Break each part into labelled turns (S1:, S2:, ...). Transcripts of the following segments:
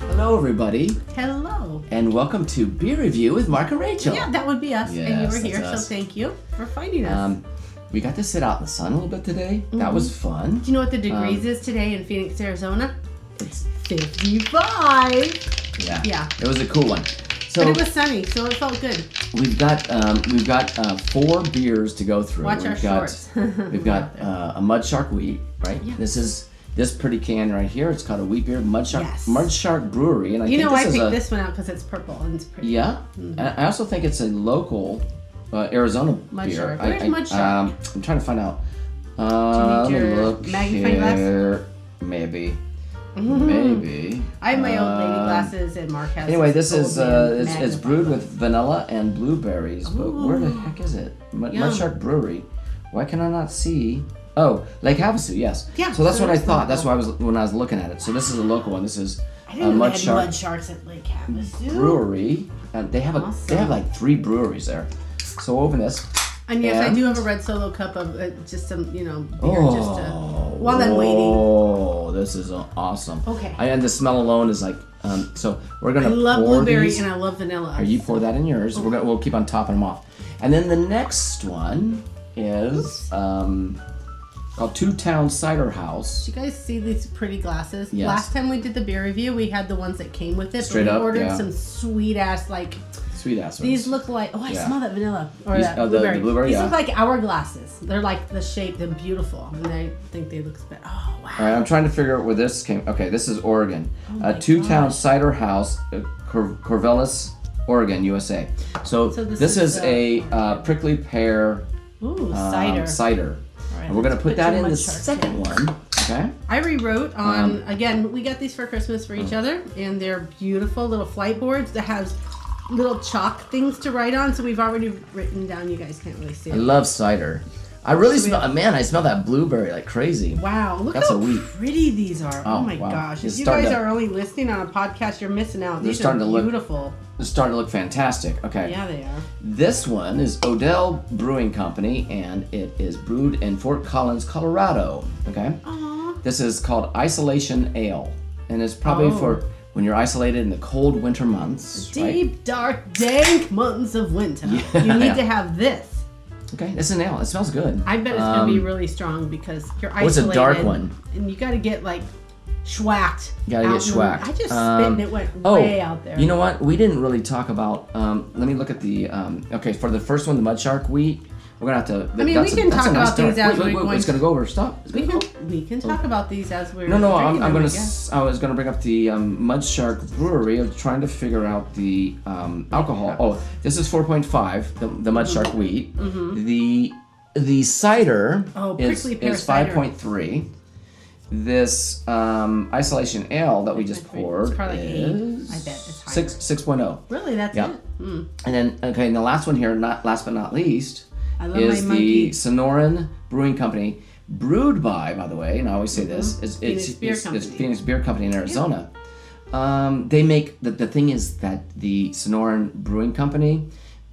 S1: Hello, everybody,
S2: Hello.
S1: and welcome to Beer Review with Mark and Rachel.
S2: Yeah, that would be us. and you
S1: Yes,
S2: were here,
S1: that's us.
S2: so thank you for finding us.
S1: Um, we got to sit out in the sun a little bit today. That was fun.
S2: Do you know what the degrees is today in Phoenix, Arizona?
S1: um, It's,
S2: 55.
S1: yeah,
S2: Yeah.
S1: it was a cool one.
S2: But
S1: So
S2: it was sunny, so it felt good.
S1: we've got um, we've got uh, four beers to go through.
S2: Watch
S1: we've
S2: our
S1: got,
S2: shorts.
S1: We've got uh, a mud shark wheat, right?
S2: Yeah.
S1: This is this pretty can right here. It's called a wheat beer mud shark
S2: Yes.
S1: mud shark brewery, and I
S2: You
S1: think
S2: know, I
S1: this is
S2: picked
S1: a
S2: this one out because it's purple and it's pretty.
S1: yeah. And I also think it's a local uh, Arizona
S2: Mud
S1: beer.
S2: Shark.
S1: I-
S2: Where's
S1: I-
S2: Mud Shark?
S1: Um, I'm trying to find out. Uh,
S2: Do you
S1: let
S2: need
S1: me
S2: your
S1: look
S2: magnifying glass? Mm-hmm.
S1: here. Maybe. Maybe.
S2: I have my old lady
S1: Um,
S2: glasses, and Mark has.
S1: Anyway,
S2: his
S1: this is
S2: gold
S1: uh,
S2: man
S1: it's, it's
S2: magnifying
S1: brewed with
S2: glass.
S1: vanilla and blueberries. But where the
S2: Ooh.
S1: heck is it? Mud, Mud
S2: Yum.
S1: Shark Brewery. Why can I not see? Oh, Lake Havasu. Yes.
S2: Yeah,
S1: So that's
S2: so
S1: what I
S2: it's
S1: thought. That's
S2: local.
S1: why I was when I was looking at it. So this is a local one. This is
S2: I
S1: uh,
S2: didn't know they
S1: Mud
S2: had
S1: Shark
S2: mud sharks at Lake Havasu.
S1: brewery. And they have a they
S2: Awesome.
S1: have like three breweries there. So we'll open this.
S2: And yes, I
S1: And-
S2: do have a red solo cup of uh, just some, you know, beer just to,
S1: Oh,
S2: while I'm waiting.
S1: Oh, this is uh, awesome.
S2: Okay.
S1: I, and the smell alone is like um. So we're gonna
S2: I love
S1: pour
S2: blueberry
S1: these.
S2: and I love vanilla.
S1: Or you pour that in yours. We're gonna, we'll keep on topping them off. And then the next one is um, called Two Town Cider House.
S2: Do you guys see these pretty glasses?
S1: Yes.
S2: Last time we did the beer review, we had the ones that came with it.
S1: Straight
S2: but we
S1: up,
S2: ordered
S1: yeah.
S2: some sweet ass like
S1: Sweet ass. ones.
S2: these look like oh I
S1: Yeah.
S2: smell that vanilla or
S1: These-
S2: that
S1: oh, the- the
S2: blueberry.
S1: blueberry,
S2: these
S1: yeah.
S2: look like hourglasses. They're like the shape, they're beautiful, and I think they look spe- oh wow.
S1: All right, I'm trying to figure out where this came. Okay, this is Oregon.
S2: Oh my
S1: a two-town cider house, uh, Cor- Corvallis, Oregon, USA. So,
S2: So
S1: this,
S2: this
S1: is,
S2: is,
S1: a
S2: uh,
S1: uh, prickly pear
S2: Ooh,
S1: um,
S2: cider.
S1: cider.
S2: right,
S1: and we're gonna
S2: let's
S1: put
S2: put
S1: that
S2: your
S1: in the
S2: mud sharks
S1: second one. Um, Okay.
S2: I rewrote on again. We got these for Christmas for
S1: uh-huh.
S2: each other, and they're beautiful little flight boards that has little chalk things to write on. So we've already written down. You guys can't really see
S1: I
S2: it.
S1: love cider. I really smell. Man, I smell that blueberry like crazy.
S2: Wow, look
S1: That's
S2: how
S1: a wheat.
S2: pretty these are. Oh,
S1: Oh,
S2: my
S1: wow.
S2: gosh.
S1: It's
S2: If you
S1: starting
S2: guys
S1: to-
S2: are only listening on a podcast, you're missing out. These are
S1: starting to look-
S2: beautiful.
S1: It's starting to look fantastic. Okay.
S2: Yeah, they are.
S1: This one is Odell Brewing Company, and it is brewed in Fort Collins, Colorado. Okay.
S2: Aw.
S1: This is called Isolation Ale, and it's probably
S2: Oh.
S1: for when you're isolated in the cold winter months. Right?
S2: Deep, dark, dank months of winter.
S1: Yeah.
S2: You need
S1: Yeah.
S2: to have this.
S1: Okay, it's an ale. It smells good. Um,
S2: I bet it's gonna be really strong because you're
S1: what's a
S2: isolated.
S1: dark one?
S2: And you gotta get like schwacked.
S1: Gotta
S2: out
S1: get
S2: in the-
S1: schwacked.
S2: I just spit
S1: Um,
S2: and it went
S1: Oh,
S2: way out there.
S1: you know what? We didn't really talk about. Um, let me look at the. Um, okay, for the first one, the mud shark wheat. We're gonna have to.
S2: mean,
S1: that's
S2: we
S1: a,
S2: can
S1: that's a
S2: talk
S1: nice
S2: about these
S1: dark- wait,
S2: as we're
S1: wait, wait,
S2: going
S1: It's gonna go over. Stop. It's
S2: we
S1: gonna
S2: can
S1: go-
S2: we can talk about these as we're
S1: Oh. No, no,
S2: drinking
S1: I'm, I'm
S2: them,
S1: gonna.
S2: I guess.
S1: s- I was gonna bring up the um, Mud Shark Brewery. I'm trying to figure out the um, alcohol. Oh, this is 4.5. The, the Mud
S2: Mm-hmm.
S1: Shark wheat. The the cider
S2: Oh,
S1: is
S2: prickly pear
S1: is
S2: cider.
S1: 5.3. This um, isolation ale that we just
S2: 5.3. It's
S1: poured
S2: probably like eight.
S1: is
S2: I bet it's higher.
S1: six six point oh.
S2: Really, that's
S1: Yeah.
S2: it. Mm.
S1: And then okay, and the last one here, not last but not least,
S2: I love
S1: is the
S2: my monkey.
S1: Sonoran Brewing Company, brewed by, by the way, and I always say this, it's
S2: Mm-hmm. Phoenix
S1: it's,
S2: Beer
S1: it's, it's
S2: Company.
S1: Phoenix Beer Company in Arizona. Um, they make the, the thing is that the Sonoran Brewing Company,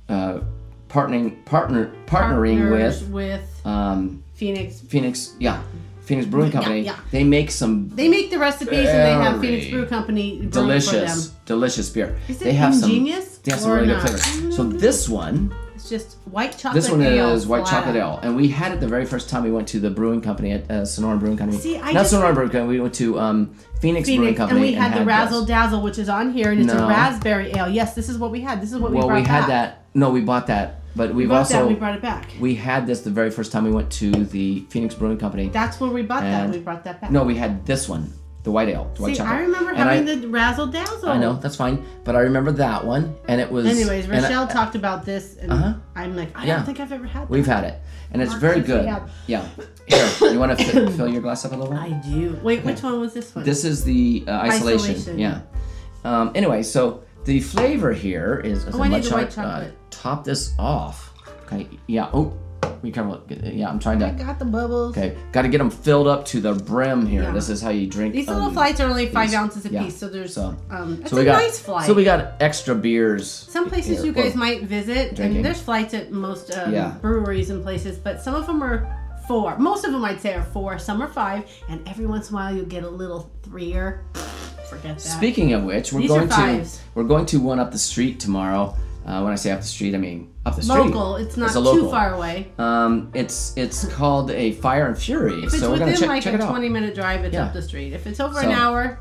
S1: uh, partnering partner partnering
S2: Partners
S1: with
S2: with
S1: um,
S2: Phoenix
S1: Phoenix, yeah, Phoenix Brewing Company.
S2: yeah.
S1: They make some
S2: They make the recipes and they have
S1: Very
S2: Phoenix Brew Company brew
S1: delicious,
S2: it for them.
S1: delicious beer.
S2: Is it
S1: they have
S2: ingenious
S1: some, they have some
S2: or
S1: really
S2: not?
S1: good flavor. So this one.
S2: It's just white chocolate.
S1: This one
S2: ale,
S1: is white
S2: flat
S1: chocolate
S2: out.
S1: ale, and we had it the very first time we went to the brewing company at uh, Sonoran Brewing Company.
S2: See, I
S1: not
S2: just-
S1: Sonoran Brewing Company. We went to um, Phoenix, Brewing
S2: Phoenix,
S1: Company,
S2: and we had the Razzle
S1: this.
S2: Dazzle, which is on here, and it's
S1: No.
S2: a raspberry ale. Yes, this is what we had. This is what we
S1: Well,
S2: brought
S1: we had
S2: back.
S1: that. No, we bought that, but we've
S2: We brought
S1: also
S2: that. We brought it back.
S1: we had this the very first time we went to the Phoenix Brewing Company.
S2: That's where we bought that.
S1: And-
S2: We brought that back.
S1: no, we had this one, the white ale, the white
S2: See,
S1: chocolate.
S2: I remember
S1: And
S2: having
S1: I,
S2: the Razzle Dazzle.
S1: I know that's fine, but I remember that one, and it was.
S2: Anyways,
S1: and I-
S2: Rochelle talked about this, and
S1: Uh-huh.
S2: I'm like, I
S1: Yeah.
S2: don't think I've ever had. That.
S1: We've had it, and it's
S2: Mark
S1: very
S2: thinks we
S1: good.
S2: have-
S1: Yeah. Here, you want to fi- fill your glass up a little bit?
S2: I do. Wait, which one was this one?
S1: This is the uh, isolation.
S2: Isolation.
S1: Yeah. Um, anyway, so the flavor here is. is
S2: Oh,
S1: a
S2: I need
S1: mud
S2: the
S1: shark,
S2: white chocolate.
S1: Uh, top this off. Okay. Yeah. Oh, be careful. Yeah, I'm trying
S2: I
S1: to.
S2: got the bubbles.
S1: Okay. Got to get them filled up to the brim here.
S2: Yeah.
S1: This is how you drink.
S2: These little
S1: um,
S2: flights are only five
S1: these-
S2: ounces a
S1: yeah.
S2: piece, so there's
S1: So-
S2: um, it's
S1: So
S2: a
S1: we got
S2: nice flight.
S1: so we got extra beers.
S2: Some places
S1: here.
S2: you guys
S1: Well,
S2: might visit,
S1: drinking.
S2: and there's flights at most um,
S1: Yeah.
S2: breweries and places, but some of them are four. Most of them I'd say are four, some are five, and every once in a while you'll get a little three or forget that.
S1: Speaking of which, we're
S2: These are
S1: going to
S2: fives.
S1: we're going to one up the street tomorrow. Uh, when I say up the street, I mean up the street.
S2: local. It's not
S1: a
S2: too
S1: local.
S2: far away.
S1: Um, it's it's called a Fire and Fury.
S2: If it's
S1: so we're
S2: within
S1: gonna check,
S2: like
S1: check
S2: a
S1: it out.
S2: 20 minute drive, it's
S1: Yeah.
S2: up the street. If it's over
S1: So-
S2: an hour,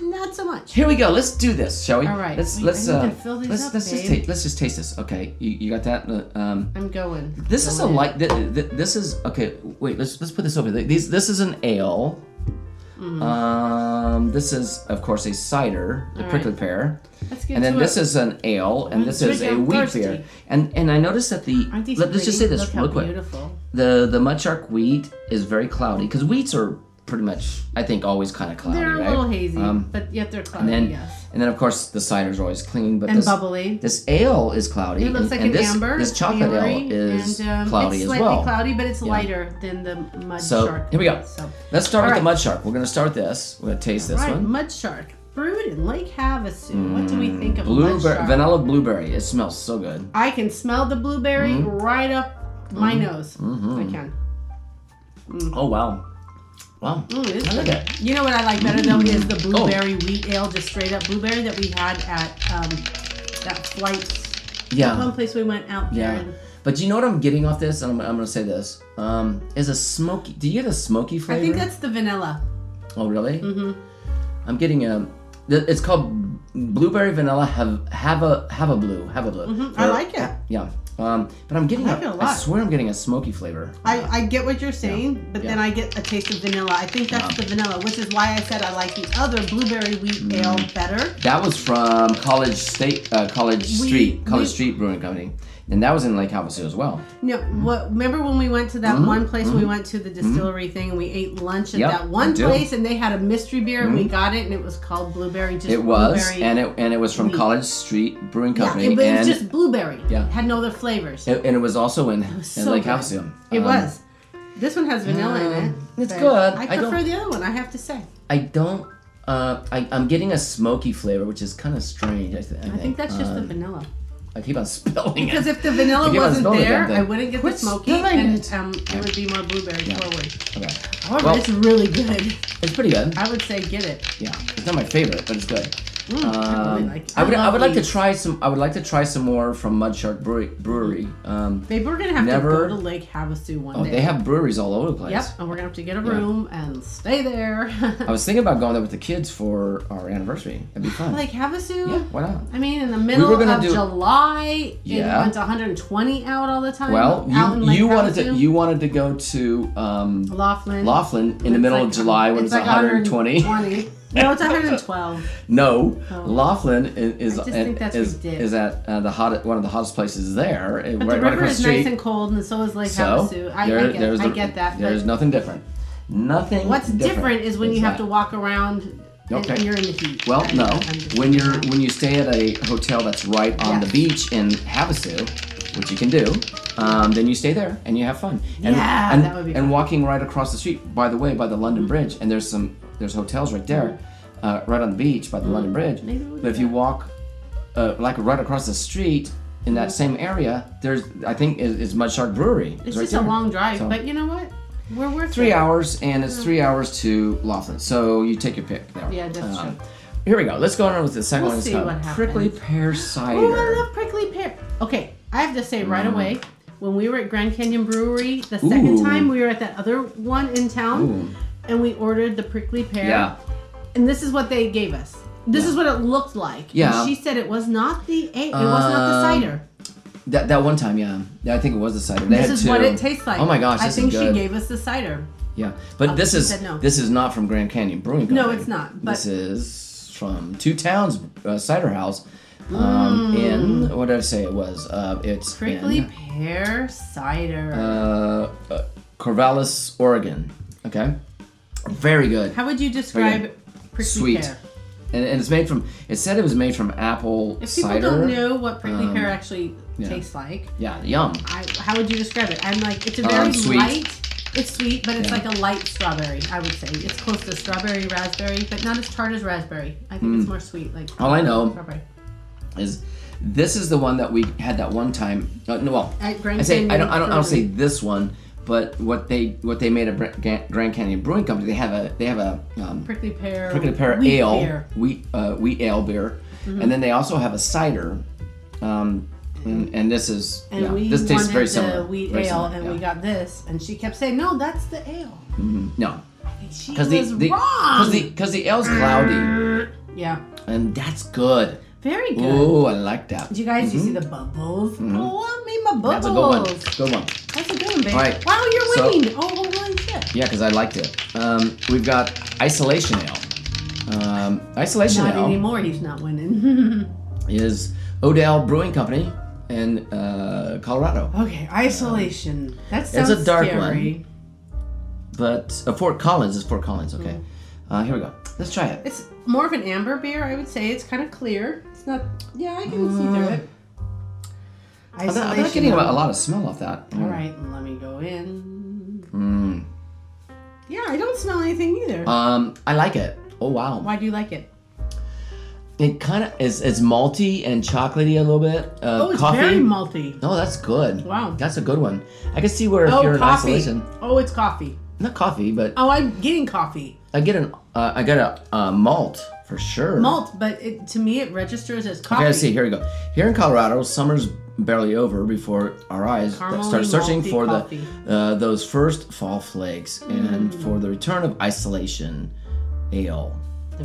S2: not so much.
S1: Here we go. Let's do this, shall we?
S2: All right.
S1: Let's
S2: Wait,
S1: let's
S2: I
S1: uh,
S2: need to fill these
S1: let's
S2: up,
S1: let's just
S2: babe.
S1: ta- let's just taste this. Okay, you, you got that? Uh, Um,
S2: I'm going.
S1: this is a
S2: Going in.
S1: light. Th- th- this is okay. Wait, let's let's put this over. Th- These this is an ale.
S2: Mm-hmm.
S1: Um, this is of course a cider, the
S2: All
S1: prickly
S2: right.
S1: pear,
S2: Let's get
S1: and then
S2: to
S1: this
S2: it.
S1: is an ale, and this is
S2: Let's drink
S1: a
S2: it. I'm
S1: wheat
S2: thirsty.
S1: beer. And and I noticed that the
S2: Aren't these
S1: let, us just say
S2: pretty?
S1: this
S2: Look
S1: real
S2: how
S1: quick.
S2: Beautiful.
S1: The the mudshark wheat is very cloudy because wheats are pretty much I think always kind of cloudy,
S2: They're a
S1: right?
S2: little hazy,
S1: Um,
S2: but yet they're
S1: and
S2: cloudy.
S1: then
S2: yes.
S1: and then of course the cider's always clean, but
S2: And
S1: this,
S2: bubbly.
S1: this ale is cloudy.
S2: It looks
S1: and-
S2: like
S1: and
S2: an
S1: this,
S2: amber.
S1: This chocolate ale
S2: ambery,
S1: is
S2: and, um,
S1: cloudy
S2: it's
S1: as
S2: slightly
S1: well.
S2: cloudy, but it's lighter than the mud
S1: So,
S2: shark.
S1: here we go.
S2: So,
S1: Let's start
S2: All
S1: with the
S2: right.
S1: mud shark. We're gonna start this. We're gonna taste this
S2: right,
S1: one.
S2: mud shark brewed in Lake Havasu. what do we think of mud
S1: Blueberry,
S2: shark?
S1: vanilla blueberry. It smells so good.
S2: I can smell the blueberry
S1: Mm-hmm.
S2: right up my nose. I can.
S1: Oh wow, wow.
S2: Mm, it's
S1: I like Mm-hmm. Oh.
S2: good.
S1: it.
S2: You know what I like better though is the blueberry wheat ale, just straight up blueberry that we had at um, that flight.
S1: Yeah.
S2: One place we went out there.
S1: Uh-huh. Yeah.
S2: and-
S1: But you know what I'm getting off this, and I'm, I'm gonna say this um, is a smoky. Do you get a smoky
S2: I
S1: flavor?
S2: think that's the vanilla.
S1: Oh really? Mm-hmm. I'm getting a. th- It's called blueberry vanilla have have a have a blue have a blue.
S2: Mm-hmm. I
S1: Or-
S2: like it.
S1: Yeah. Um, but I'm getting
S2: I like
S1: a-
S2: it a lot.
S1: I swear I'm getting a smoky flavor.
S2: I, I get what you're saying, but then
S1: Yeah.
S2: I get a taste of vanilla. I think that's the vanilla, which is why I said I like the other blueberry wheat
S1: Mm.
S2: ale better.
S1: That was from College State uh, College
S2: We-
S1: Street College
S2: we-
S1: Street Brewing Company, and that was in Lake Havasu as well.
S2: No, what, remember when we went to that one place? We went to the distillery thing and we ate lunch at
S1: Mm-hmm. Yep,
S2: that
S1: I
S2: one
S1: do. Mm-hmm.
S2: place, and they had a mystery beer, and we got it, and it was called blueberry. Just
S1: It was,
S2: blueberry.
S1: and it and it was from
S2: Wheat.
S1: College Street Brewing
S2: yeah,
S1: Company,
S2: it, but it
S1: and
S2: was just blueberry.
S1: Yeah.
S2: had no other flavors. It,
S1: and- and it was also in,
S2: was
S1: in
S2: so
S1: Lake
S2: good.
S1: Havasu. Um,
S2: was. This one has vanilla in it.
S1: um, it's
S2: but
S1: good.
S2: I
S1: I don't-
S2: prefer the other one. I have to say.
S1: I don't. Uh, I, I'm getting a smoky flavor, which is kind of strange. I, th- I,
S2: I think that's just the
S1: Um,
S2: vanilla.
S1: I keep on spilling
S2: Because
S1: it.
S2: if the vanilla
S1: If you haven't
S2: wasn't
S1: smelled it,
S2: there,
S1: then-
S2: I wouldn't get the
S1: Quit
S2: smoky,
S1: smelling
S2: and
S1: it.
S2: um, it would be more blueberry forward.
S1: Okay.
S2: However,
S1: Well-
S2: it's really good.
S1: It's pretty good.
S2: I would say get it.
S1: Yeah, it's not my favorite, but it's good.
S2: Mm, I really
S1: Um,
S2: like. It.
S1: I would. I
S2: love
S1: would like to
S2: these.
S1: try some. I would like to try some more from Mud Shark Brewery. brewery. Um,
S2: Babe, we're gonna have
S1: Never-
S2: to go to Lake Havasu one
S1: oh,
S2: day.
S1: they have breweries all over the place.
S2: Yep, and we're gonna have to get a room and stay there.
S1: I was thinking about going there with the kids for our anniversary. That'd be fun.
S2: Lake Havasu.
S1: yeah, why not?
S2: I mean, in the middle
S1: gonna
S2: of
S1: do-
S2: July,
S1: Yeah.
S2: it's 120 out all the time.
S1: Well,
S2: out in
S1: you
S2: Lake
S1: you wanted to
S2: Havasu.
S1: you wanted to go to um,
S2: Laughlin.
S1: Laughlin in the
S2: It's
S1: middle
S2: like-
S1: of July when it's,
S2: like
S1: 120.
S2: 120. no, it's 112.
S1: No,
S2: Oh.
S1: Laughlin i- is
S2: I just think that's
S1: is,
S2: ridiculous.
S1: is at uh, the hot one of the hottest places there. uh,
S2: But
S1: right,
S2: the
S1: right
S2: river
S1: across
S2: is
S1: the street.
S2: nice and cold, and so is Lake
S1: so
S2: Havasu. I,
S1: there-
S2: I, get,
S1: there's
S2: I
S1: the-
S2: get that.
S1: There's
S2: but
S1: nothing different. Nothing.
S2: what's different, is when you have to
S1: Exactly.
S2: walk around and-
S1: Okay.
S2: and you're in the heat.
S1: Well,
S2: I-
S1: no.
S2: I'm just
S1: When
S2: saying
S1: you're
S2: that.
S1: when you stay at a hotel that's right on
S2: Yeah.
S1: the beach in Havasu, which you can do, um, then you stay there and you have fun. And,
S2: Yeah,
S1: and,
S2: that would be
S1: And
S2: fun. Mm-hmm.
S1: walking right across the street, by the way, by the London Bridge, and there's some there's hotels right there, uh, right on the beach by the London Bridge.
S2: Mm-hmm. Maybe we'll do
S1: but if you
S2: that.
S1: walk, uh, like right across the street in that same area, there's I think is, is Mud Shark Brewery.
S2: Mm-hmm. it's
S1: right
S2: just
S1: there.
S2: a long drive,
S1: So-
S2: but you know what? We're worth
S1: three
S2: it.
S1: hours, and it's three hours to Laughlin. So you take your pick there.
S2: Mm-hmm.
S1: Um,
S2: Yeah, that's true.
S1: Here we go. Let's go on with the second
S2: We'll
S1: one. It's
S2: see
S1: called
S2: what
S1: prickly
S2: happens.
S1: pear cider.
S2: Oh, I love prickly pear. Okay, I have to say right away, when we were at Grand Canyon Brewery the
S1: Mm.
S2: second
S1: Ooh.
S2: time, we were at that other one in town, and we ordered the prickly pear.
S1: Yeah.
S2: And this is what they gave us. This is what it looked like. And
S1: Yeah.
S2: she said it was not the a- it was not the
S1: Um,
S2: cider.
S1: That, that one time, yeah. Yeah, I think it was the cider. They
S2: This
S1: had
S2: is
S1: two.
S2: what it tastes like.
S1: Oh my gosh,
S2: I
S1: this
S2: think
S1: is good.
S2: she gave us the cider.
S1: yeah, but this
S2: she
S1: is
S2: said no.
S1: this is not from Grand Canyon Brewing Company.
S2: No, it's not, but-
S1: this is from Two Towns uh, Cider House. Um, In what did I say it was? Uh, it's
S2: Mm. Prickly
S1: in,
S2: pear cider.
S1: uh, uh, Corvallis, Oregon. Okay, very good.
S2: How would you describe
S1: okay.
S2: prickly
S1: Sweet.
S2: pear?
S1: and, and it's made from. It said it was made from apple
S2: If people
S1: cider. um,
S2: don't know what prickly pear actually
S1: yeah.
S2: tastes like,
S1: Yeah, yum.
S2: I, how would you describe it? I'm like, it's a
S1: Um,
S2: very
S1: sweet.
S2: light. It's sweet, but it's
S1: Yeah.
S2: like a light strawberry. I would say it's close to strawberry raspberry, but not as tart as raspberry. I think
S1: Mm.
S2: it's more sweet, like
S1: All I know
S2: strawberry.
S1: is this is the one that we had that one time. Uh, no, well,
S2: At Grand
S1: I say I
S2: Canyon
S1: don't. I don't. I don't say
S2: Brewery.
S1: this one, But what they what they made at Bra- Grand Canyon Brewing Company, they have a they have a um,
S2: prickly pear,
S1: prickly pear
S2: wheat Mm-hmm.
S1: ale,
S2: pear.
S1: wheat uh, wheat ale beer, and then they also have a cider, um, and, and this is
S2: And
S1: yeah,
S2: we
S1: this tastes
S2: wanted
S1: very
S2: the
S1: similar.
S2: wheat
S1: very
S2: ale,
S1: similar,
S2: and
S1: yeah.
S2: we got this, and she kept saying, "No, that's the ale."
S1: no
S2: She
S1: because
S2: was
S1: the because
S2: wrong.
S1: the because the ale's cloudy,
S2: yeah,
S1: and that's good.
S2: very good.
S1: Oh, I like that.
S2: Did you guys, you see the bubbles? Oh, I made my bubbles.
S1: Mm-hmm. That's a good one. Good one.
S2: That's a good one, babe.
S1: Right.
S2: Wow, you're
S1: So-
S2: winning. oh, well, holy shit.
S1: Yeah, because I liked it. Um, we've got isolation ale. Um, isolation
S2: Not
S1: ale
S2: anymore. He's not winning.
S1: is Odell Brewing Company in uh, Colorado.
S2: okay, isolation. That
S1: a
S2: sounds
S1: dark one.
S2: scary.
S1: But uh, Fort Collins is Fort Collins, okay. Uh, here we go. Let's try it.
S2: Mm. It's more of an amber beer, I would say. It's kind of clear. It's not. Yeah, I can see
S1: Mm.
S2: through it.
S1: I'm not, I'm not getting a lot of smell off that.
S2: All right, let me go in.
S1: Hmm.
S2: Yeah, I don't smell anything either.
S1: Um, I like it. Oh wow.
S2: Why do you like it?
S1: It kind of is. It's malty and chocolatey a little bit. Uh,
S2: Oh, it's
S1: coffee.
S2: very malty.
S1: no, that's good.
S2: Wow.
S1: That's a good one. I can see where if
S2: Oh,
S1: you're
S2: coffee.
S1: in isolation,
S2: Oh, it's coffee.
S1: not coffee, but
S2: Oh, I'm getting coffee.
S1: I get an uh, I get a uh, malt for sure.
S2: Malt, but it, to me, it registers as coffee.
S1: Okay, let's see. Here we go. Here in Colorado, summer's barely over before our eyes
S2: Caramel
S1: start
S2: and
S1: searching
S2: malty
S1: for
S2: coffee. Mm.
S1: the uh, those first fall flakes and for the return of isolation ale.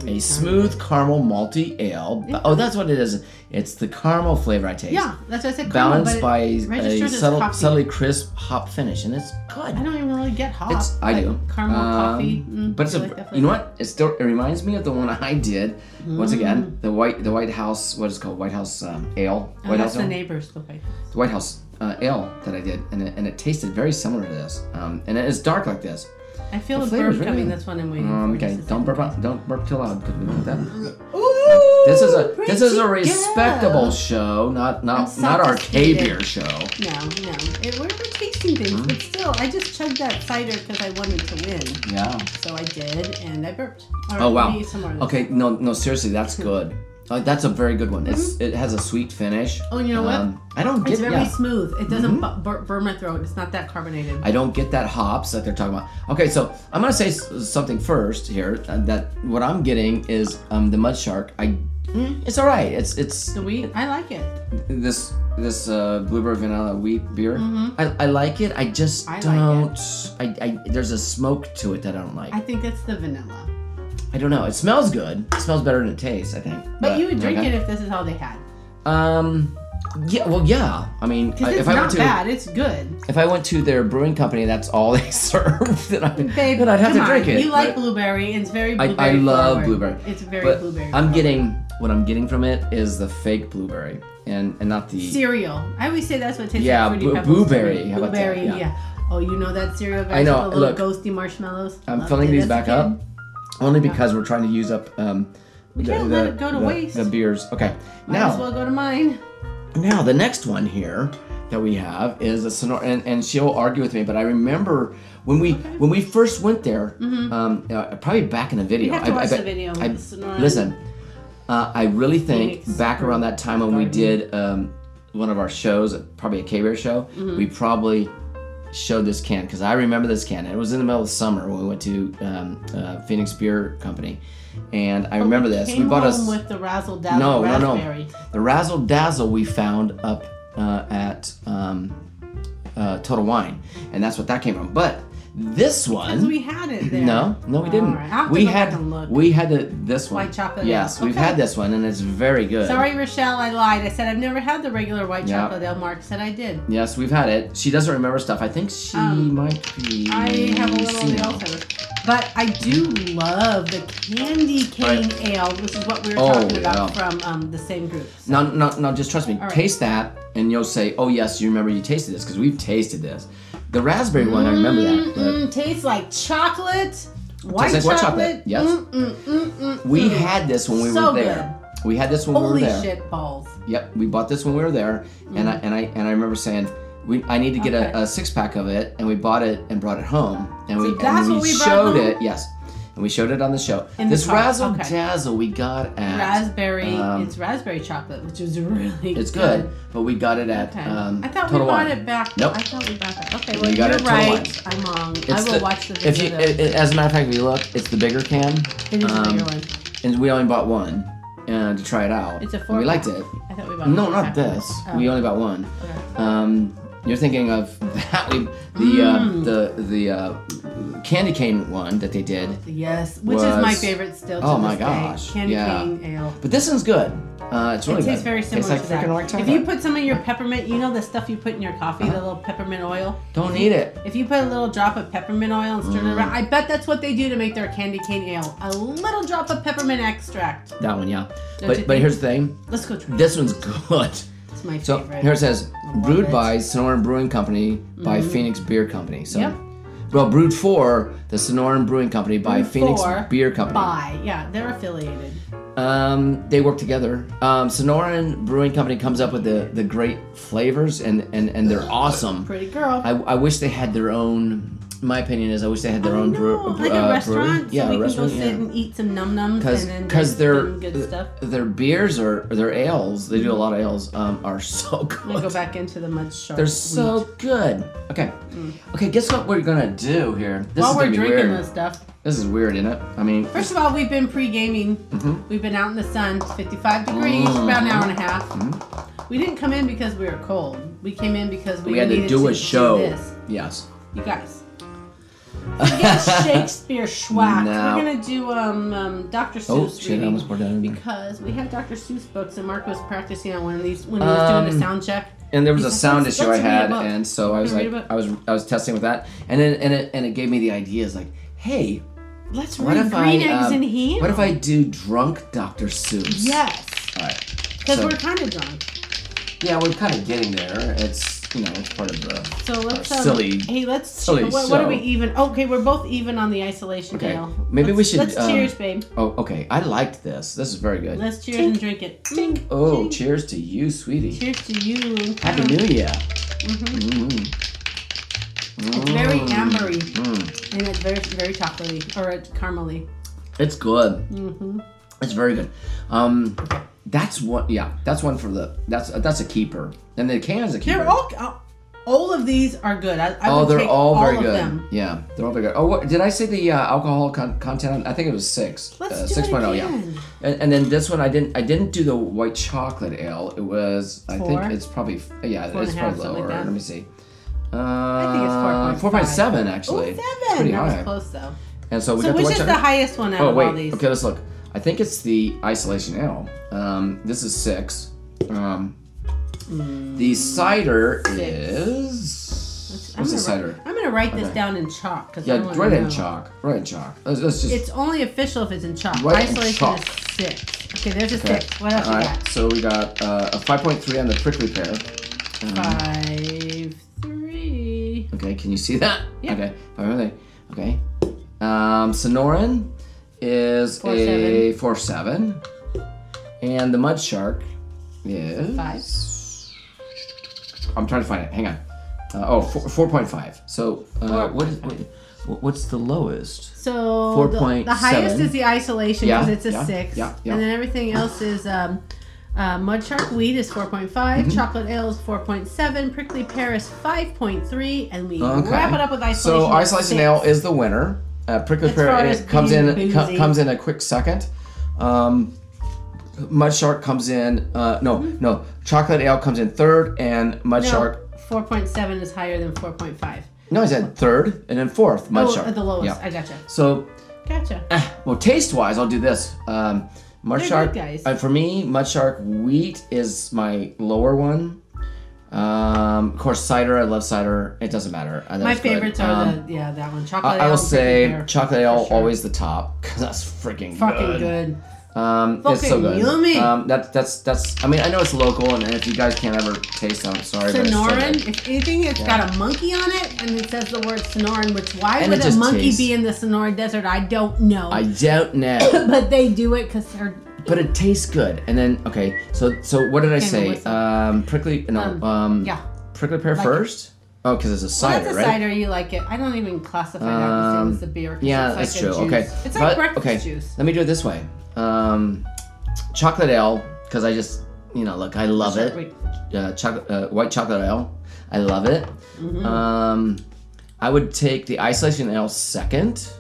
S1: A smooth caramel malty ale. Oh, that's what it is. It's the caramel flavor I taste.
S2: Yeah, that's what I said. caramel,
S1: Balanced
S2: but it
S1: by a
S2: registered as
S1: subtle,
S2: coffee.
S1: subtly crisp hop finish, and it's good.
S2: I don't even really get hot.
S1: It's, I
S2: but
S1: do.
S2: Caramel
S1: Um,
S2: coffee. Mm,
S1: but it's
S2: I
S1: a,
S2: like that
S1: you know
S2: flavor.
S1: what? It still it reminds me of the one I did. Once again, the white the White House what is it called White House um, ale.
S2: Mm. Oh,
S1: White
S2: that's
S1: House
S2: the
S1: ale?
S2: neighbors. Okay.
S1: the White House uh, ale that I did, and it, and it tasted very similar to this. Um, and it's dark like this.
S2: I feel
S1: The
S2: a
S1: flavor's
S2: burp
S1: really-
S2: coming. That's what I'm waiting
S1: Um,
S2: for.
S1: okay,
S2: This is-
S1: don't burp out, don't burp too loud because we don't want that.
S2: Ooh,
S1: This is a this is a
S2: pretty
S1: respectable
S2: girl.
S1: show, not not
S2: I'm
S1: not our K
S2: sophisticated.
S1: beer show.
S2: No, no. It, we're, we're tasting things,
S1: Hmm?
S2: but still, I just chugged that cider because I wanted to win.
S1: Yeah.
S2: So I did, and I burped. All right,
S1: Oh wow.
S2: we need some more of this. Hmm.
S1: Okay, no no seriously, that's good. Uh, that's a very good one. It's it has a sweet finish.
S2: Mm-hmm.
S1: Um,
S2: Oh, you know what?
S1: I don't get
S2: It's very
S1: yeah. Hmm?
S2: smooth. It doesn't bu- bur- burn my throat. It's not that carbonated.
S1: I don't get that hops that they're talking about. Okay, so I'm gonna say s- something first here. Uh, that what I'm getting is um, the mud shark. I mm,
S2: Mm-hmm.
S1: it's all right. It's it's
S2: the wheat, I like it.
S1: this this uh, blueberry vanilla wheat beer. I, I like it. I just
S2: Mm-hmm. I like it.
S1: don't. I, I there's a smoke to it that I don't like.
S2: I
S1: I,
S2: think it's the vanilla.
S1: don't know. It smells good. It smells better than it tastes. I think.
S2: But you would drink it if this is all they had.
S1: Um. Yeah. Well. Yeah. I mean, I-
S2: Because it's
S1: if I
S2: not
S1: went to
S2: bad. It's good.
S1: if I went to their brewing company, that's all they serve. Then, I,
S2: Babe,
S1: then I'd have
S2: come
S1: to drink
S2: on.
S1: it.
S2: You
S1: but-
S2: like blueberry. It's very
S1: I,
S2: blueberry.
S1: I love
S2: forward.
S1: blueberry.
S2: It's very
S1: but
S2: blueberry.
S1: I'm
S2: forward.
S1: getting what I'm getting from it is the fake blueberry and and not the
S2: cereal. I always say that's what tastes
S1: Yeah,
S2: like. Fruity
S1: blue-
S2: Pebbles to me.
S1: blueberry. How about that?
S2: Blueberry.
S1: Yeah.
S2: Yeah. Oh, you know that cereal guys
S1: I know,
S2: with the little
S1: look.
S2: ghosty marshmallows.
S1: I'm
S2: Loved
S1: filling
S2: it
S1: these
S2: as a
S1: back
S2: kid.
S1: up only because we're trying to use up um the,
S2: can't let it go to
S1: the-
S2: waste.
S1: the beers. Okay.
S2: Might
S1: now
S2: as well go to mine.
S1: now the next one here that we have is a Sonora and, and she'll argue with me, but I remember when we when we first went there, um, uh, probably back in the video.
S2: Mm-hmm. You
S1: I-
S2: have to
S1: I
S2: watch the
S1: bet-
S2: video with
S1: I-
S2: the Sonoran.
S1: Listen, Uh, I really think
S2: Phoenix
S1: back around that time when we did um, one of our shows, probably a K Bear show,
S2: Mm-hmm.
S1: we probably showed this can because I remember this can. It was in the middle of summer when we went to um, uh, Phoenix Beer Company, and I remember this. We
S2: Oh, Came
S1: bought
S2: home
S1: us
S2: with the razzle dazzle
S1: no, no,
S2: raspberry.
S1: no, the Razzle Dazzle we found up uh, at um, uh, Total Wine, and that's what that came from. But this one,
S2: Because we had it there.
S1: no, no, we didn't.
S2: All right, I'll have to
S1: We
S2: go back
S1: had
S2: and look.
S1: we had the, this one.
S2: White chocolate
S1: Yes,
S2: ale.
S1: we've
S2: Okay.
S1: had this one, and it's very good.
S2: Sorry, Rochelle, I lied. I said I've never had the regular white
S1: Yeah.
S2: chocolate ale. Mark said I did.
S1: Yes, we've had it. She doesn't remember stuff. I think she
S2: Um,
S1: might be.
S2: I have a little of the
S1: senile.
S2: Alzheimer's. But I do love the candy cane ale, which is what we were
S1: Oh,
S2: talking about
S1: yeah.
S2: from um, the same group. So-
S1: No, no, no. Just trust me.
S2: right.
S1: Taste that, and you'll say, "Oh yes, you remember you tasted this because we've tasted this." The raspberry one, I remember that. but-
S2: Mm, tastes like chocolate. White
S1: like
S2: chocolate.
S1: white chocolate, yes.
S2: Mm, mm, mm, mm,
S1: We
S2: mm.
S1: had this when we
S2: So
S1: were there. We had this when we
S2: Holy
S1: were there.
S2: shit balls.
S1: Yep, we bought this when we were there, and I and I and I remember saying, "We, I need to get
S2: Okay.
S1: a, a six pack of it," and we bought it and brought it home, and we and
S2: that's
S1: we
S2: what we brought
S1: showed
S2: home?
S1: it. Yes, and we showed it on the show.
S2: In the
S1: this
S2: car,
S1: razzle
S2: okay.
S1: dazzle we got at
S2: raspberry.
S1: um,
S2: it's raspberry chocolate, which is really
S1: It's good, but we got it at
S2: Okay.
S1: um,
S2: I thought we
S1: Total
S2: bought
S1: Wine.
S2: it back.
S1: Nope.
S2: I thought we bought that. Okay,
S1: We
S2: well,
S1: got
S2: you're
S1: it Total Wine.
S2: right. I'm wrong. I
S1: It's
S2: will
S1: the-
S2: watch the video.
S1: If you,
S2: though.
S1: it, it- as a matter of fact, if you look, it's the bigger can,
S2: it is a
S1: um,
S2: bigger one.
S1: and we only bought one uh, to try it out.
S2: It's a
S1: and
S2: four
S1: We liked
S2: pack.
S1: it.
S2: I thought we bought
S1: No,
S2: it
S1: not
S2: back.
S1: this.
S2: Oh.
S1: We only bought one.
S2: Okay.
S1: Um, you're thinking of that we the
S2: Hmm.
S1: uh, the the uh, candy cane one that they did,
S2: Yes, which is
S1: Was-
S2: my favorite still. To
S1: Oh
S2: this
S1: my
S2: day.
S1: gosh,
S2: Candy
S1: yeah.
S2: cane ale.
S1: but this one's good. Uh, it's really
S2: it tastes
S1: good.
S2: very similar
S1: Tastes
S2: to
S1: like
S2: that.
S1: freaking white chocolate.
S2: If you put some of your peppermint, you know the stuff you put in your coffee,
S1: Uh-huh.
S2: the little peppermint oil.
S1: Don't
S2: If
S1: need
S2: you-
S1: it.
S2: If you put a little drop of peppermint oil and stir it around,
S1: Mm.
S2: I bet that's what they do to make their candy cane ale. A little drop of peppermint extract.
S1: that one, yeah. But
S2: you
S1: but
S2: think?
S1: here's the thing.
S2: Let's go try. it.
S1: This one's good.
S2: It's my
S1: So
S2: favorite.
S1: here it says,
S2: love
S1: brewed
S2: it. Mm-hmm.
S1: by Sonoran Brewing Company by Phoenix Beer Company. So,
S2: Yep.
S1: well, brewed for the Sonoran Brewing Company by
S2: Brewed
S1: Phoenix
S2: for
S1: Beer Company.
S2: Bye. Yeah, they're affiliated.
S1: Um, they work together. Um, Sonoran Brewing Company comes up with the, the great flavors, and, and, and they're awesome.
S2: Pretty girl.
S1: I, I wish they had their own. My opinion is, I wish they had their
S2: I
S1: own
S2: know,
S1: brew,
S2: like
S1: uh,
S2: a
S1: brewery.
S2: restaurant,
S1: Yeah,
S2: so we
S1: a restaurant.
S2: can go
S1: yeah.
S2: sit and eat some num nums
S1: because
S2: and then
S1: because
S2: drink
S1: their
S2: some good stuff.
S1: their beers or or their ales they do a lot of ales um, are so
S2: I'm gonna
S1: good.
S2: go back into the mud shark.
S1: They're so good. Okay, okay. Guess what we're gonna do here? This
S2: Mm. While
S1: is
S2: we're
S1: gonna be
S2: drinking
S1: weird.
S2: this stuff.
S1: This is weird, isn't it? I mean,
S2: First of all, we've been pre-gaming.
S1: Mm-hmm.
S2: We've been out in the sun, it's 55 degrees, for about an hour and a half. We didn't come in because we were cold. We came in because we,
S1: Mm-hmm. we had to
S2: needed
S1: do a show.
S2: this.
S1: Yes.
S2: You guys, forget Shakespeare schwack.
S1: No.
S2: We're gonna do um, um Dr. Seuss
S1: Oh shit!
S2: reading
S1: I almost poured that in there.
S2: because we had Dr. Seuss books and Mark was practicing on one of these when he was
S1: Um,
S2: doing the sound check.
S1: And there was a
S2: Let's-
S1: sound
S2: let's-
S1: issue I
S2: let's read
S1: had,
S2: a book.
S1: and so I was
S2: Read
S1: like,
S2: a book.
S1: I was I was testing with that, and then and it and it gave me the ideas like, hey,
S2: Let's
S1: what
S2: read
S1: if
S2: Green
S1: I
S2: Eggs
S1: um,
S2: and Ham.
S1: what if I do drunk Dr. Seuss?
S2: Yes,
S1: All right.
S2: because
S1: So-
S2: we're kind of drunk.
S1: Yeah, we're kind of getting there. It's you know, it's part of the.
S2: So let's
S1: Or
S2: um,
S1: silly-
S2: Hey, let's.
S1: silly
S2: what, what are we
S1: show.
S2: even? oh, Okay, we're both even on the isolation
S1: Okay,
S2: ale.
S1: maybe
S2: let's,
S1: we should,
S2: Let's
S1: um,
S2: cheers, babe.
S1: Oh, okay. I liked this. This is very good.
S2: Let's cheers
S1: Tink.
S2: and drink it. Tink.
S1: Oh,
S2: Tink.
S1: cheers to you, sweetie.
S2: Cheers to you. Um,
S1: Happy New Year.
S2: Mhm.
S1: Mm.
S2: It's very
S1: Mm.
S2: ambery
S1: Mm.
S2: and it's very very chocolatey or it's caramely.
S1: It's good.
S2: Mm-hmm.
S1: It's very good. Um, that's one. Yeah, that's one for the. That's that's a keeper. And the can is a keeper.
S2: They're all uh, all of these are good. I, I
S1: Oh,
S2: would
S1: they're
S2: take
S1: all very
S2: of
S1: good.
S2: Them.
S1: Yeah, they're all very good. Oh, what, did I say the uh, alcohol con- content? I think it was six.
S2: Let's
S1: uh,
S2: do
S1: six
S2: it again.
S1: Yeah, and, and then this one I didn't. I didn't do the white chocolate ale. It was. I
S2: Four?
S1: think it's probably. f- Yeah,
S2: Four and
S1: it's
S2: a half,
S1: probably
S2: something
S1: lower.
S2: like that.
S1: Let me see. Uh,
S2: think it's 4.5.
S1: four point seven actually. It's
S2: Ooh, Oh, seven.
S1: Pretty
S2: That
S1: high.
S2: was close though.
S1: And so we
S2: So
S1: got the
S2: which
S1: white
S2: is the
S1: chocolate.
S2: highest one out
S1: oh
S2: of all
S1: wait.
S2: these?
S1: Okay, let's look. I think it's the isolation ale. Um, this is six. Um,
S2: Mm,
S1: the cider is.
S2: I'm
S1: What's the
S2: gonna write-
S1: cider?
S2: I'm gonna write this
S1: Okay.
S2: down in chalk because I
S1: Yeah,
S2: don't
S1: right
S2: know.
S1: in chalk. Right in chalk. Let's, let's just.
S2: It's only official if it's in chalk.
S1: Right in
S2: Isolation
S1: chalk.
S2: is six. Okay, there's a
S1: Okay.
S2: six. What else
S1: All
S2: you
S1: right, So we got uh, a 5.3 on the prickly pear.
S2: got?
S1: Mm-hmm.
S2: Five, three.
S1: Okay, can you see that?
S2: Yeah.
S1: Okay, 5.3. Okay. Um, Sonoran is
S2: Four
S1: a 4 7. And the mud shark is.
S2: Five.
S1: I'm trying to find it. Hang on. Uh, oh, four- 4.5. So uh, what is, what, what's the lowest?
S2: So
S1: Four
S2: the,
S1: point
S2: the highest
S1: seven.
S2: is the isolation because
S1: Yeah,
S2: it's a
S1: yeah,
S2: six,
S1: yeah, yeah.
S2: and then everything else is um, uh, mud shark wheat is four
S1: Mm-hmm.
S2: chocolate ale is four point seven, prickly pear is five point three, and we
S1: Okay.
S2: wrap it up with isolation.
S1: So
S2: at
S1: isolation
S2: six.
S1: ale is the winner. Uh, prickly
S2: As
S1: pear
S2: far
S1: is,
S2: as
S1: comes
S2: being
S1: in co-
S2: boozy.
S1: comes in a quick second. Um, mud shark comes in. Uh, no, no. Chocolate ale comes in third, and mud
S2: Hmm? No,
S1: shark.
S2: four point seven is higher than four point five.
S1: No, I said third, and then fourth. Mud
S2: Oh,
S1: shark.
S2: at the lowest.
S1: Yeah.
S2: I gotcha.
S1: So,
S2: Gotcha.
S1: eh, well, taste wise, I'll do this. Um, mud
S2: They're
S1: shark.
S2: good guys.
S1: uh, for me, mud shark wheat is my lower one. Um, of course, cider. I love cider. It doesn't matter. I thought it
S2: My
S1: was good.
S2: favorites
S1: Um,
S2: are the yeah that one chocolate.
S1: I, I
S2: ale,
S1: will
S2: prickly
S1: say
S2: pear,
S1: chocolate ale
S2: for sure.
S1: always the top because that's freaking good.
S2: fucking good.
S1: Um, it's so
S2: Fucking
S1: good.
S2: yummy.
S1: Um, that's that's that's. I mean, I know it's local, and if you guys can't ever taste them, sorry. but it's so good.
S2: Sonoran, if anything, it's got a monkey on it, and it says the word Sonoran. Which why
S1: And it
S2: would a
S1: just
S2: monkey
S1: tastes-
S2: be in the Sonoran Desert? I don't know.
S1: I don't know,
S2: but they do it because they're
S1: but it tastes good. And then okay, so so what did I
S2: Okay,
S1: say?
S2: what's up?
S1: Um, prickly no. Um,
S2: yeah.
S1: prickly pear
S2: Like-
S1: first. Oh, because it's a
S2: Well,
S1: cider,
S2: that's a
S1: right?
S2: cider. You like it. I don't even classify that the same
S1: Um,
S2: as the beer. 'cause
S1: Yeah,
S2: it's like
S1: that's
S2: a
S1: true.
S2: juice.
S1: Okay,
S2: It's
S1: But-
S2: like breakfast
S1: okay,
S2: juice.
S1: Let me do it this way. Um, chocolate ale, because I just, you know, look, I love
S2: Sure,
S1: it.
S2: wait.
S1: uh, chocolate, uh, white chocolate ale. I love it.
S2: Mm-hmm.
S1: Um, I would take the isolation ale 2nd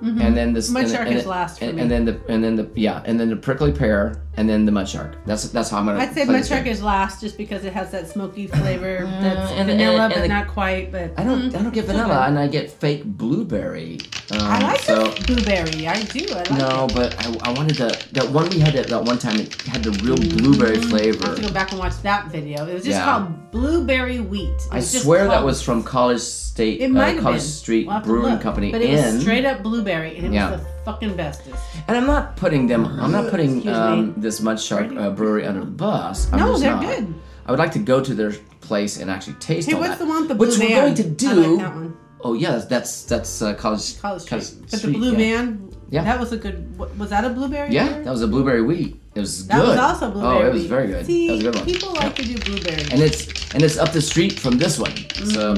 S1: and then this
S2: Mm-hmm. Mud
S1: and,
S2: Shark
S1: and,
S2: is last for
S1: and,
S2: me.
S1: and then the and then the yeah, and then the prickly pear, and then the mud shark. That's that's how I'm gonna.
S2: I'd say
S1: play
S2: mud
S1: this
S2: shark
S1: game.
S2: is last just because it has that smoky flavor that's
S1: Mm, and the-
S2: vanilla,
S1: and- and
S2: but
S1: the-
S2: not quite. But
S1: I don't I don't get vanilla, and I get fake blueberry. Um,
S2: I like
S1: so.
S2: the blueberry. I do. I like
S1: No,
S2: it.
S1: but I, I wanted the that one we had at that one time. It had the real blueberry
S2: Mm-hmm. I have to go
S1: flavor.
S2: back and watch that video. It was just
S1: Yeah.
S2: called blueberry wheat. It
S1: I
S2: was just
S1: swear that
S2: called-
S1: was from College State,
S2: It
S1: uh,
S2: might have
S1: College
S2: been.
S1: Street
S2: We'll have to
S1: Brewing
S2: look.
S1: Company
S2: But it
S1: in.
S2: was straight up blueberry, and it
S1: Yeah.
S2: was the fucking bestest.
S1: And I'm not putting them. I'm not putting
S2: Uh, Excuse me.
S1: um, this Mud Shark uh, Brewery under the bus. I'm
S2: No,
S1: just
S2: they're
S1: not.
S2: good.
S1: I would like to go to their place and actually taste
S2: Hey,
S1: all
S2: what's
S1: that.
S2: the one with the blue
S1: which we're
S2: van?
S1: going to
S2: I
S1: do.
S2: like that one.
S1: Oh yeah, that's that's uh, college
S2: College Street.
S1: College
S2: but the
S1: Street,
S2: blue
S1: yeah.
S2: man,
S1: Yeah.
S2: that was a good. wa- Was that a blueberry?
S1: Yeah,
S2: beer?
S1: that was a blueberry wheat. It was
S2: That
S1: good.
S2: was also blueberry.
S1: Oh, it was
S2: wheat.
S1: very good.
S2: See,
S1: that was a good one.
S2: people
S1: Yeah.
S2: like to do blueberry.
S1: and it's and it's up the street from this one. So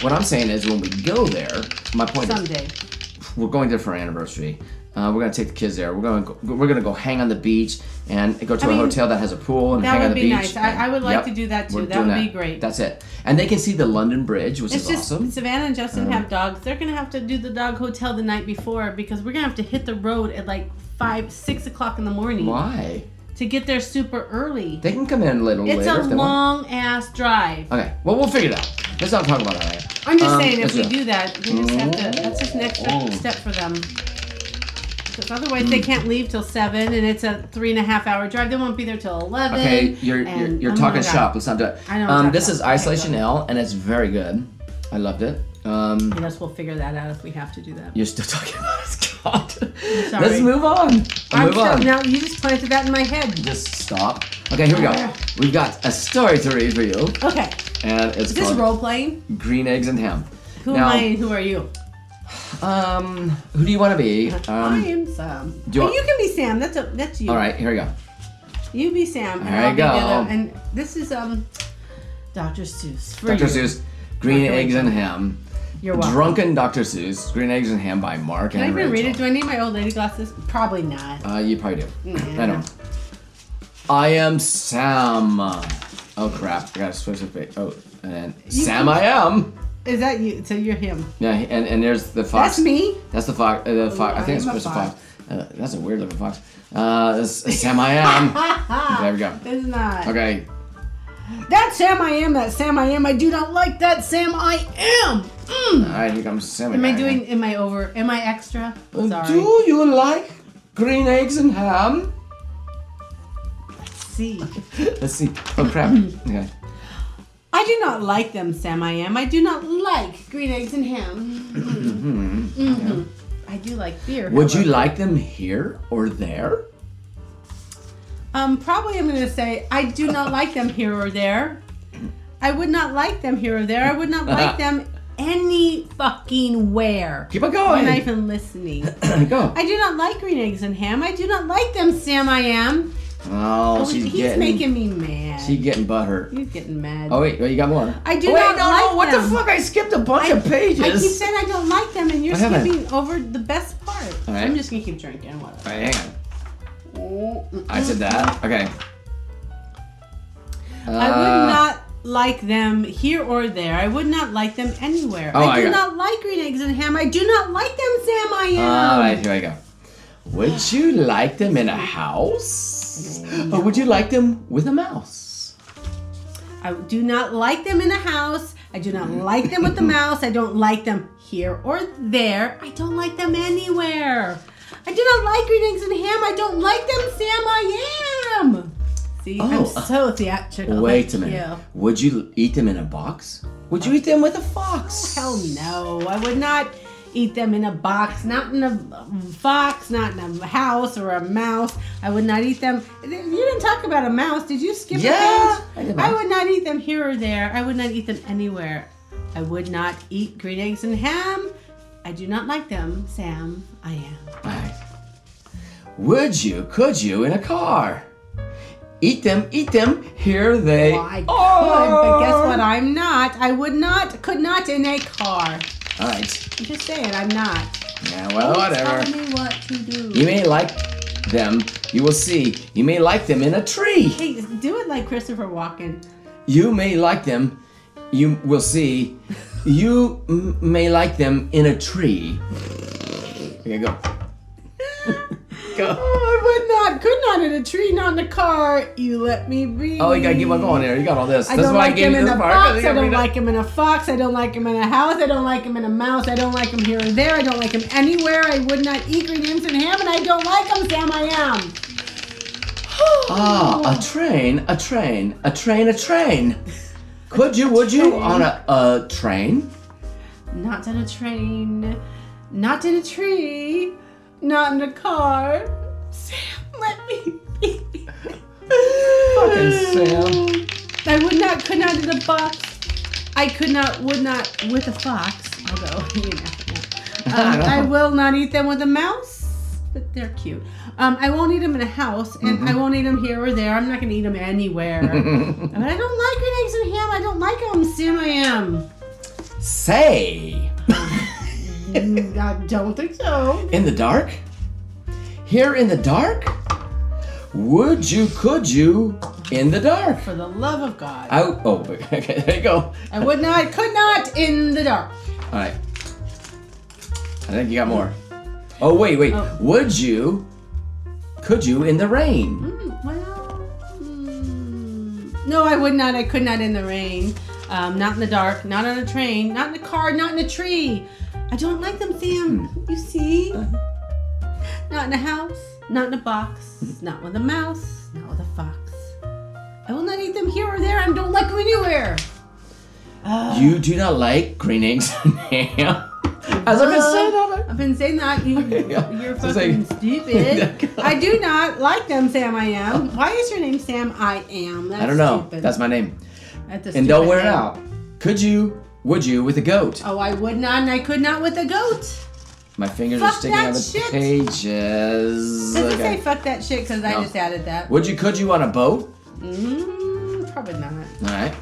S1: what I'm saying is, when we go there, my point is,
S2: Mm-hmm. someday.
S1: we're going there for our anniversary. Uh, we're gonna take the kids there. We're going. to Go, we're gonna go hang on the beach and go to a
S2: mean,
S1: hotel that has a pool and
S2: that
S1: hang on
S2: would
S1: the
S2: be
S1: beach.
S2: nice. I- I would like to do that too.
S1: we're
S2: That
S1: doing
S2: would be great.
S1: That's it. And they can see the London Bridge, which
S2: It's
S1: is
S2: just
S1: awesome.
S2: Savannah and Justin have dogs. They're gonna have to do the dog hotel the night before because we're gonna have to hit the road at like five, six o'clock in the morning
S1: Why?
S2: to get there super ely.
S1: They can come in a little
S2: It's
S1: later
S2: a
S1: if they want.
S2: long ass drive.
S1: Okay. Well, we'll figure it out. Let's not talk about that. Right?
S2: I'm just
S1: Um,
S2: saying
S1: let's
S2: if we
S1: go.
S2: do that, we just have to.
S1: Mm.
S2: That's just an extra
S1: Mm.
S2: step for them. Because otherwise they
S1: Hmm.
S2: can't leave till seven, and it's a three and a half hour drive. They won't be there till eleven.
S1: Okay, you're you're,
S2: and-
S1: you're
S2: oh my
S1: talking
S2: God.
S1: shop. Let's not do it.
S2: I know I'm
S1: Um,
S2: talking
S1: this
S2: shop.
S1: is
S2: Okay,
S1: Isolation
S2: go
S1: L, and it's very good. I loved it. Um,
S2: I guess we'll figure that out if we have to do that.
S1: you're still talking about it, God.
S2: sorry.
S1: Let's move on.
S2: I'm
S1: move
S2: so,
S1: on.
S2: now you just planted that in my head.
S1: Just stop. Okay, here we go.
S2: Ah.
S1: We've got a story to read for you,
S2: Okay,
S1: and it's
S2: is this
S1: called
S2: role playing?
S1: Green Eggs and Ham.
S2: Who
S1: now,
S2: am I? and Who are you?
S1: Um, who do you want to be?
S2: I
S1: Um,
S2: am Sam.
S1: do you
S2: Oh,
S1: want-
S2: you can be Sam. That's a that's you.
S1: all right, here we go.
S2: You be Sam.
S1: There
S2: and I'll
S1: you
S2: be the
S1: go.
S2: other- And this is um, Dr. Seuss. For
S1: Dr.
S2: you.
S1: Seuss, Green
S2: Okay.
S1: Eggs and Ham.
S2: You're welcome.
S1: Drunken Dr. Seuss, Green Eggs and Ham by Mark
S2: Can I
S1: and
S2: even read
S1: Rachel.
S2: it? Do I need my old lady glasses? Probably not.
S1: Uh, you probably do.
S2: Yeah.
S1: I know. I am Sam. Oh crap! I gotta switch the face. Oh, and Sam, I am.
S2: Is that you? So you're him.
S1: Yeah, and and there's the fox.
S2: That's me.
S1: That's the fox. Uh, the fox. I think it's
S2: I'm a
S1: supposed to
S2: fox.
S1: fox. Uh, that's a weird looking fox. Uh, it's- it's Sam, I am. there we go.
S2: It's not.
S1: Okay.
S2: That Sam I am. That Sam I am. I do not like that Sam I am. Mm.
S1: All right, here comes Sam.
S2: Am I doing? Am I over? Am I extra? Sorry.
S1: Uh, Do you like green eggs and ham?
S2: See.
S1: Let's see. Oh crap. okay.
S2: I do not like them, Sam. I am. I do not like green eggs and ham. hmm I do like beer.
S1: Mm-hmm. Would you
S2: however.
S1: like them here or there?
S2: Um, probably I'm gonna say I do not like them here or there. I would not like them here or there. I would not like them any fucking where.
S1: Keep on
S2: I'm not
S1: going.
S2: even listening.
S1: Go.
S2: I do not like green eggs and ham. I do not like them, Sam. I am.
S1: Oh,
S2: Oh,
S1: she's
S2: he's
S1: getting.
S2: making me mad.
S1: She's getting butthurt.
S2: he's getting mad.
S1: Oh wait, wait, you got more.
S2: I do
S1: oh, wait,
S2: not
S1: no,
S2: like
S1: no, what
S2: them.
S1: the fuck? I skipped a bunch of pages.
S2: I keep saying I don't like them, and you're
S1: What happened?
S2: skipping over the best part.
S1: All right.
S2: I'm just gonna keep drinking. Whatever.
S1: All right, hang on.
S2: Mm-mm.
S1: I said that. Okay.
S2: I
S1: Uh,
S2: would not like them here or there. I would not like them anywhere.
S1: Oh,
S2: I
S1: I
S2: do
S1: got-
S2: not like green eggs and ham. I do not like them, Sam. I am.
S1: All right, here I go. Would you like them in a house, or would you like them with a mouse?
S2: I do not like them in the house. I do not like them with the mouse. I don't like them here or there. I don't like them anywhere. I do not like green eggs and ham. I don't like them, Sam. I am. See, I'm
S1: Oh, uh,
S2: so theatrical.
S1: Wait a
S2: Thank
S1: minute.
S2: you.
S1: Would you eat them in a box? Would you eat them with a fox?
S2: Oh, Hell no. I would not eat them in a box, not in a box, not in a house or a mouse. I would not eat them. You didn't talk about a mouse. Did you skip
S1: Yeah,
S2: a
S1: I
S2: page?
S1: did
S2: I
S1: not.
S2: would not eat them here or there. I would not eat them anywhere. I would not eat green eggs and ham. I do not like them, Sam. I am.
S1: All right. Would you? Could you in a car? Eat them. Eat them. Here they
S2: Why?
S1: are.
S2: could, but guess
S1: Oh.
S2: what? I'm not. I would not, could not in a car.
S1: All right.
S2: I'm just saying, I'm not.
S1: Yeah. Well, whatever.
S2: Tell me what to do.
S1: You may like them. You will see. You may like them in a tree.
S2: Hey, do it like Christopher Walken.
S1: You may like them. You will see. You m- may like them in a tree. Here you go. go.
S2: Oh, I would not, could not in a tree, not in a car. You let me be.
S1: Oh, you gotta keep on going there. You got all this.
S2: I
S1: That's
S2: don't
S1: why
S2: like
S1: I gave
S2: him
S1: you
S2: in
S1: this
S2: a
S1: part. 'cause
S2: box.
S1: you
S2: I
S1: gotta
S2: don't
S1: read it.
S2: like him in a fox. I don't like him in a house. I don't like him in a mouse. I don't like him here and there. I don't like him anywhere. I would not eat green onions and ham, and I don't like him, Sam. I am.
S1: Ah, a train, a train, a train, a train. Could you, would you, on a, a train?
S2: Not in a train. Not in a tree. Not in a car. Sam, let me be.
S1: Fucking Sam.
S2: I would not, could not in a box. I could not, would not with a fox. Although, you know. Um, I will not eat them with a mouse, but they're cute. Um, I won't eat them in a house, and I won't eat them here or there. I'm not going to eat them anywhere. but I don't like green eggs and ham. I don't like them, Sam. I am.
S1: Say,
S2: Mm, I don't think so.
S1: in the dark? Here in the dark? Would you, could you, in the dark?
S2: For the love of God.
S1: I, oh, okay, there you go.
S2: I would not, could not in the dark.
S1: All right. I think you got more. Oh, wait, wait.
S2: Oh.
S1: Would you, could you, in the rain?
S2: Mm, well, mm, no, I would not. I could not in the rain. Um, not in the dark. Not on a train. Not in a car. Not in a tree. I don't like them, Sam.
S1: Hmm.
S2: You see?
S1: Uh-huh.
S2: Not in a house. Not in a box. Not with a mouse. Not with a fox. I will not eat them here or there. I don't like them anywhere.
S1: You do not like green eggs and ham. As I've been saying all night.
S2: I've been saying that. You,
S1: Yeah.
S2: You're
S1: It's
S2: fucking
S1: like-
S2: stupid. I do not like them, Sam. I am. Why is your name Sam? I am. That's
S1: I don't know.
S2: Stupid.
S1: That's my name.
S2: That's a
S1: And don't
S2: stupid
S1: wear it
S2: name.
S1: out. Could you, would you, with a goat?
S2: Oh, I would not, and I could not with a goat.
S1: My fingers are
S2: Fuck
S1: sticking out
S2: that
S1: of the
S2: shit.
S1: pages.
S2: Doesn't
S1: Okay.
S2: say fuck that shit because
S1: No.
S2: I just added that.
S1: Would you, could you, on a boat?
S2: Mm, probably not.
S1: All right.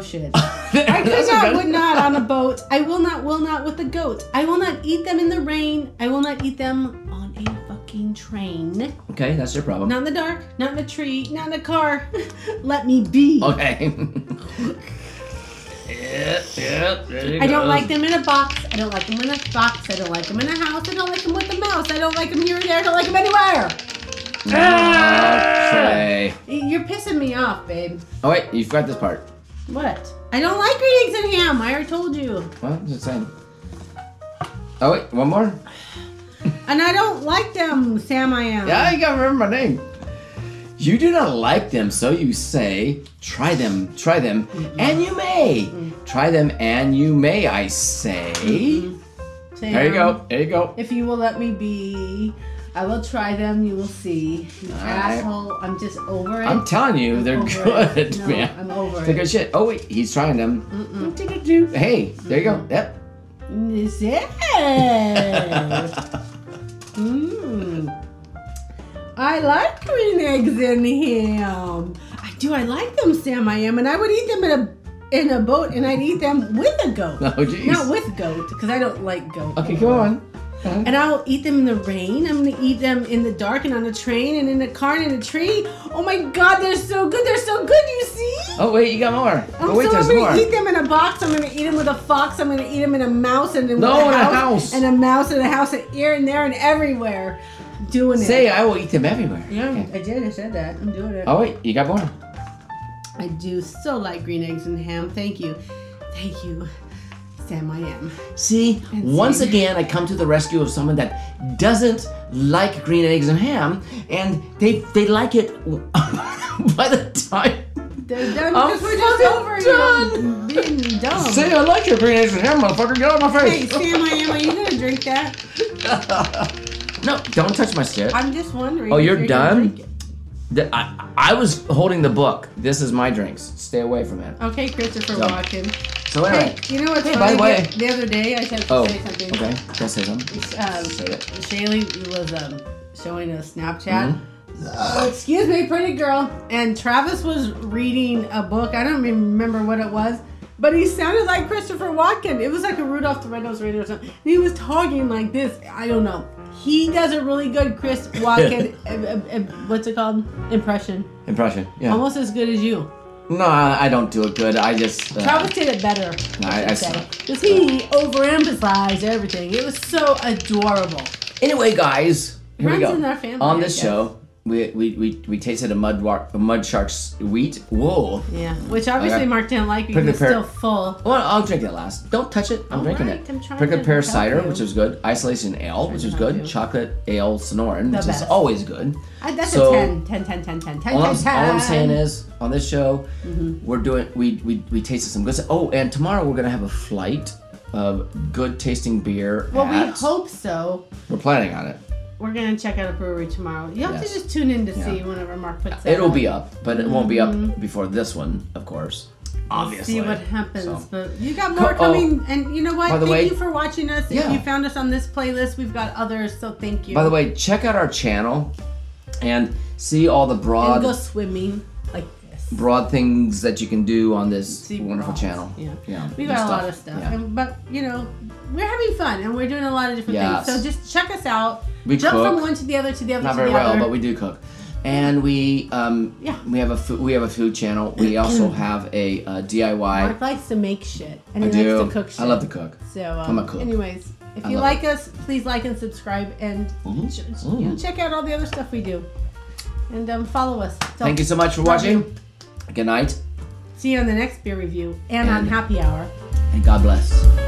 S2: shit. I could not, would not on a boat. I will not, will not with a goat. I will not eat them in the rain. I will not eat them on a fucking train.
S1: Okay, that's your problem.
S2: Not in the dark. Not in a tree. Not in a car. Let me be.
S1: Okay. yeah, yeah, there you
S2: I don't
S1: go.
S2: like them in a box. I don't like them in a box. I don't like them in a house. I don't like them with a mouse. I don't like them here or there. I don't like them anywhere. Ah!
S1: Okay.
S2: You're pissing me off, babe.
S1: Oh wait, you forgot this part.
S2: What? I don't like green eggs and ham. I already told you.
S1: What? Just saying. Oh wait, one more.
S2: And I don't like them, Sam. I am.
S1: Yeah, you gotta remember my name. You do not like them, so you say, try them, try them,
S2: Mm-hmm.
S1: and you may. Try them and you may, I say.
S2: Mm-hmm. Sam,
S1: There you go, there you go.
S2: If you will let me be, I will try them. You will see. You
S1: All right.
S2: asshole. I'm just over it.
S1: I'm telling you, they're
S2: over it.
S1: good,
S2: No,
S1: man.
S2: I'm over
S1: they're
S2: it.
S1: good shit. Oh wait, he's trying them. Hey, there you go. Yep.
S2: This is. mm. I like green eggs and ham. I do. I like them, Sam. I am, and I would eat them in a in a boat, and I'd eat them with a goat.
S1: Oh jeez.
S2: Not with goat, because I don't like goat.
S1: Okay, go on.
S2: And I'll eat them in the rain. I'm gonna eat them in the dark and on a train and in a car and in a tree. Oh my god, they're so good. They're so good, you see?
S1: Oh wait, you got more.
S2: I'm
S1: Oh wait,
S2: so I'm
S1: there's
S2: gonna
S1: more.
S2: eat them in a box. I'm gonna eat them with a fox. I'm gonna eat them in a mouse and in
S1: No,
S2: a,
S1: in a
S2: house,
S1: house.
S2: and a mouse and a house and here and there and everywhere. Doing
S1: Say
S2: it.
S1: I will eat them everywhere.
S2: Yeah,
S1: Okay.
S2: I did. I said that. I'm doing it.
S1: Oh wait, you got more.
S2: I do so like green eggs and ham. Thank you, thank you, Sam. I am.
S1: See, once again, I come to the rescue of someone that doesn't like green eggs and ham, and they they like it by the time.
S2: They're done
S1: I'm
S2: because we're just
S1: fucking
S2: over you know, being dumb.
S1: Say I like your green eggs and ham, motherfucker. Get out of my
S2: Hey,
S1: face.
S2: Sam, I am. Are you gonna drink that?
S1: No, don't touch my stick.
S2: I'm just wondering.
S1: Oh,
S2: if
S1: you're
S2: gonna
S1: done?
S2: drink it.
S1: Th- I, I was holding the book. This is my drinks. Stay away from it.
S2: Okay, Christopher
S1: Done.
S2: Walken.
S1: So anyway.
S2: Hey, you know what's
S1: Hey, by
S2: funny?
S1: the way-
S2: The, the other day, I said to
S1: Oh,
S2: say something.
S1: okay. Can I say something?
S2: Um,
S1: Say it.
S2: Shaylee was um, showing a Snapchat
S1: Mm-hmm.
S2: Excuse me, pretty girl. And Travis was reading a book. I don't even remember what it was, but he sounded like Christopher Walken. It was like a Rudolph the Red-Nosed Reindeer or something. And he was talking like this. I don't know. He does a really good Chris Walken. uh, uh, uh, what's it called? Impression.
S1: Impression. Yeah.
S2: Almost as good as you.
S1: No, I, I don't do it good. I just. Uh,
S2: Travis did it better.
S1: No, I- I suck.
S2: Because he overemphasized everything. It was so adorable.
S1: Anyway, guys, here we
S2: Runs
S1: go.
S2: in our family,
S1: On
S2: I
S1: this
S2: guess.
S1: show, we, we, we, we tasted a mud war- a mud shark's wheat. Whoa.
S2: Yeah. Which obviously
S1: Okay.
S2: Mark didn't like
S1: Put
S2: because it
S1: the
S2: was
S1: pear-
S2: still full.
S1: Well, I'll drink it last. Don't touch it. I'm drinking
S2: right,
S1: it.
S2: I'm trying
S1: Pick a
S2: to
S1: pear
S2: help
S1: cider,
S2: you.
S1: which is good. Isolation ale, which is
S2: to
S1: good.
S2: help you.
S1: Chocolate ale Sonoran, which is
S2: best.
S1: always good.
S2: I, that's
S1: So-
S2: a 10, 10, 10, 10, 10, 10,
S1: All I'm,
S2: 10,
S1: all I'm saying is, on this show,
S2: Mm-hmm.
S1: we're doing we, we we tasted some good stuff. Oh, and tomorrow we're gonna have a flight of good tasting beer.
S2: Well, we
S1: at-
S2: hope so.
S1: we're planning on it.
S2: We're going to check out a brewery tomorrow. You have
S1: Yes.
S2: to just tune in to see
S1: Yeah.
S2: whenever Mark puts that
S1: It'll
S2: up.
S1: be up, but it won't be up before this one, of course. Obviously.
S2: Mm-hmm. See what happens,
S1: So.
S2: but you got more
S1: oh.
S2: coming, and you know what?
S1: By the
S2: Thank
S1: way-
S2: you for watching us.
S1: Yeah.
S2: If you found us on this playlist, we've got others, so thank you.
S1: By the way, check out our channel and see all the
S2: and
S1: broad
S2: go swimming like this.
S1: broad things that you can do on this
S2: See
S1: wonderful
S2: bras.
S1: channel.
S2: Yeah.
S1: Yeah.
S2: We
S1: good
S2: got a lot of stuff.
S1: Yeah.
S2: And, but, you know, we're having fun and we're doing a lot of different
S1: Yes.
S2: things. So just check us out.
S1: We
S2: Jump from
S1: cook.
S2: one to the other to the other
S1: Not
S2: to
S1: very
S2: the
S1: well,
S2: other.
S1: but we do cook. And we um
S2: Yeah.
S1: we have a food we have a food channel. We also have a uh, DIY.
S2: Mark likes to make shit and
S1: I
S2: he
S1: do.
S2: likes to cook shit.
S1: I love to cook.
S2: So,
S1: I'm
S2: um,
S1: a cook.
S2: Anyways, if
S1: I
S2: you
S1: love
S2: like us, please like and subscribe and
S1: Mhm.
S2: ch- ch-
S1: Mhm.
S2: you know, check out all the other stuff we do. And um, follow us. So,
S1: Thank you so much for
S2: Love
S1: watching.
S2: you.
S1: Good night
S2: See you on the next beer review and, on
S1: And-
S2: Happy Hour.
S1: and God bless.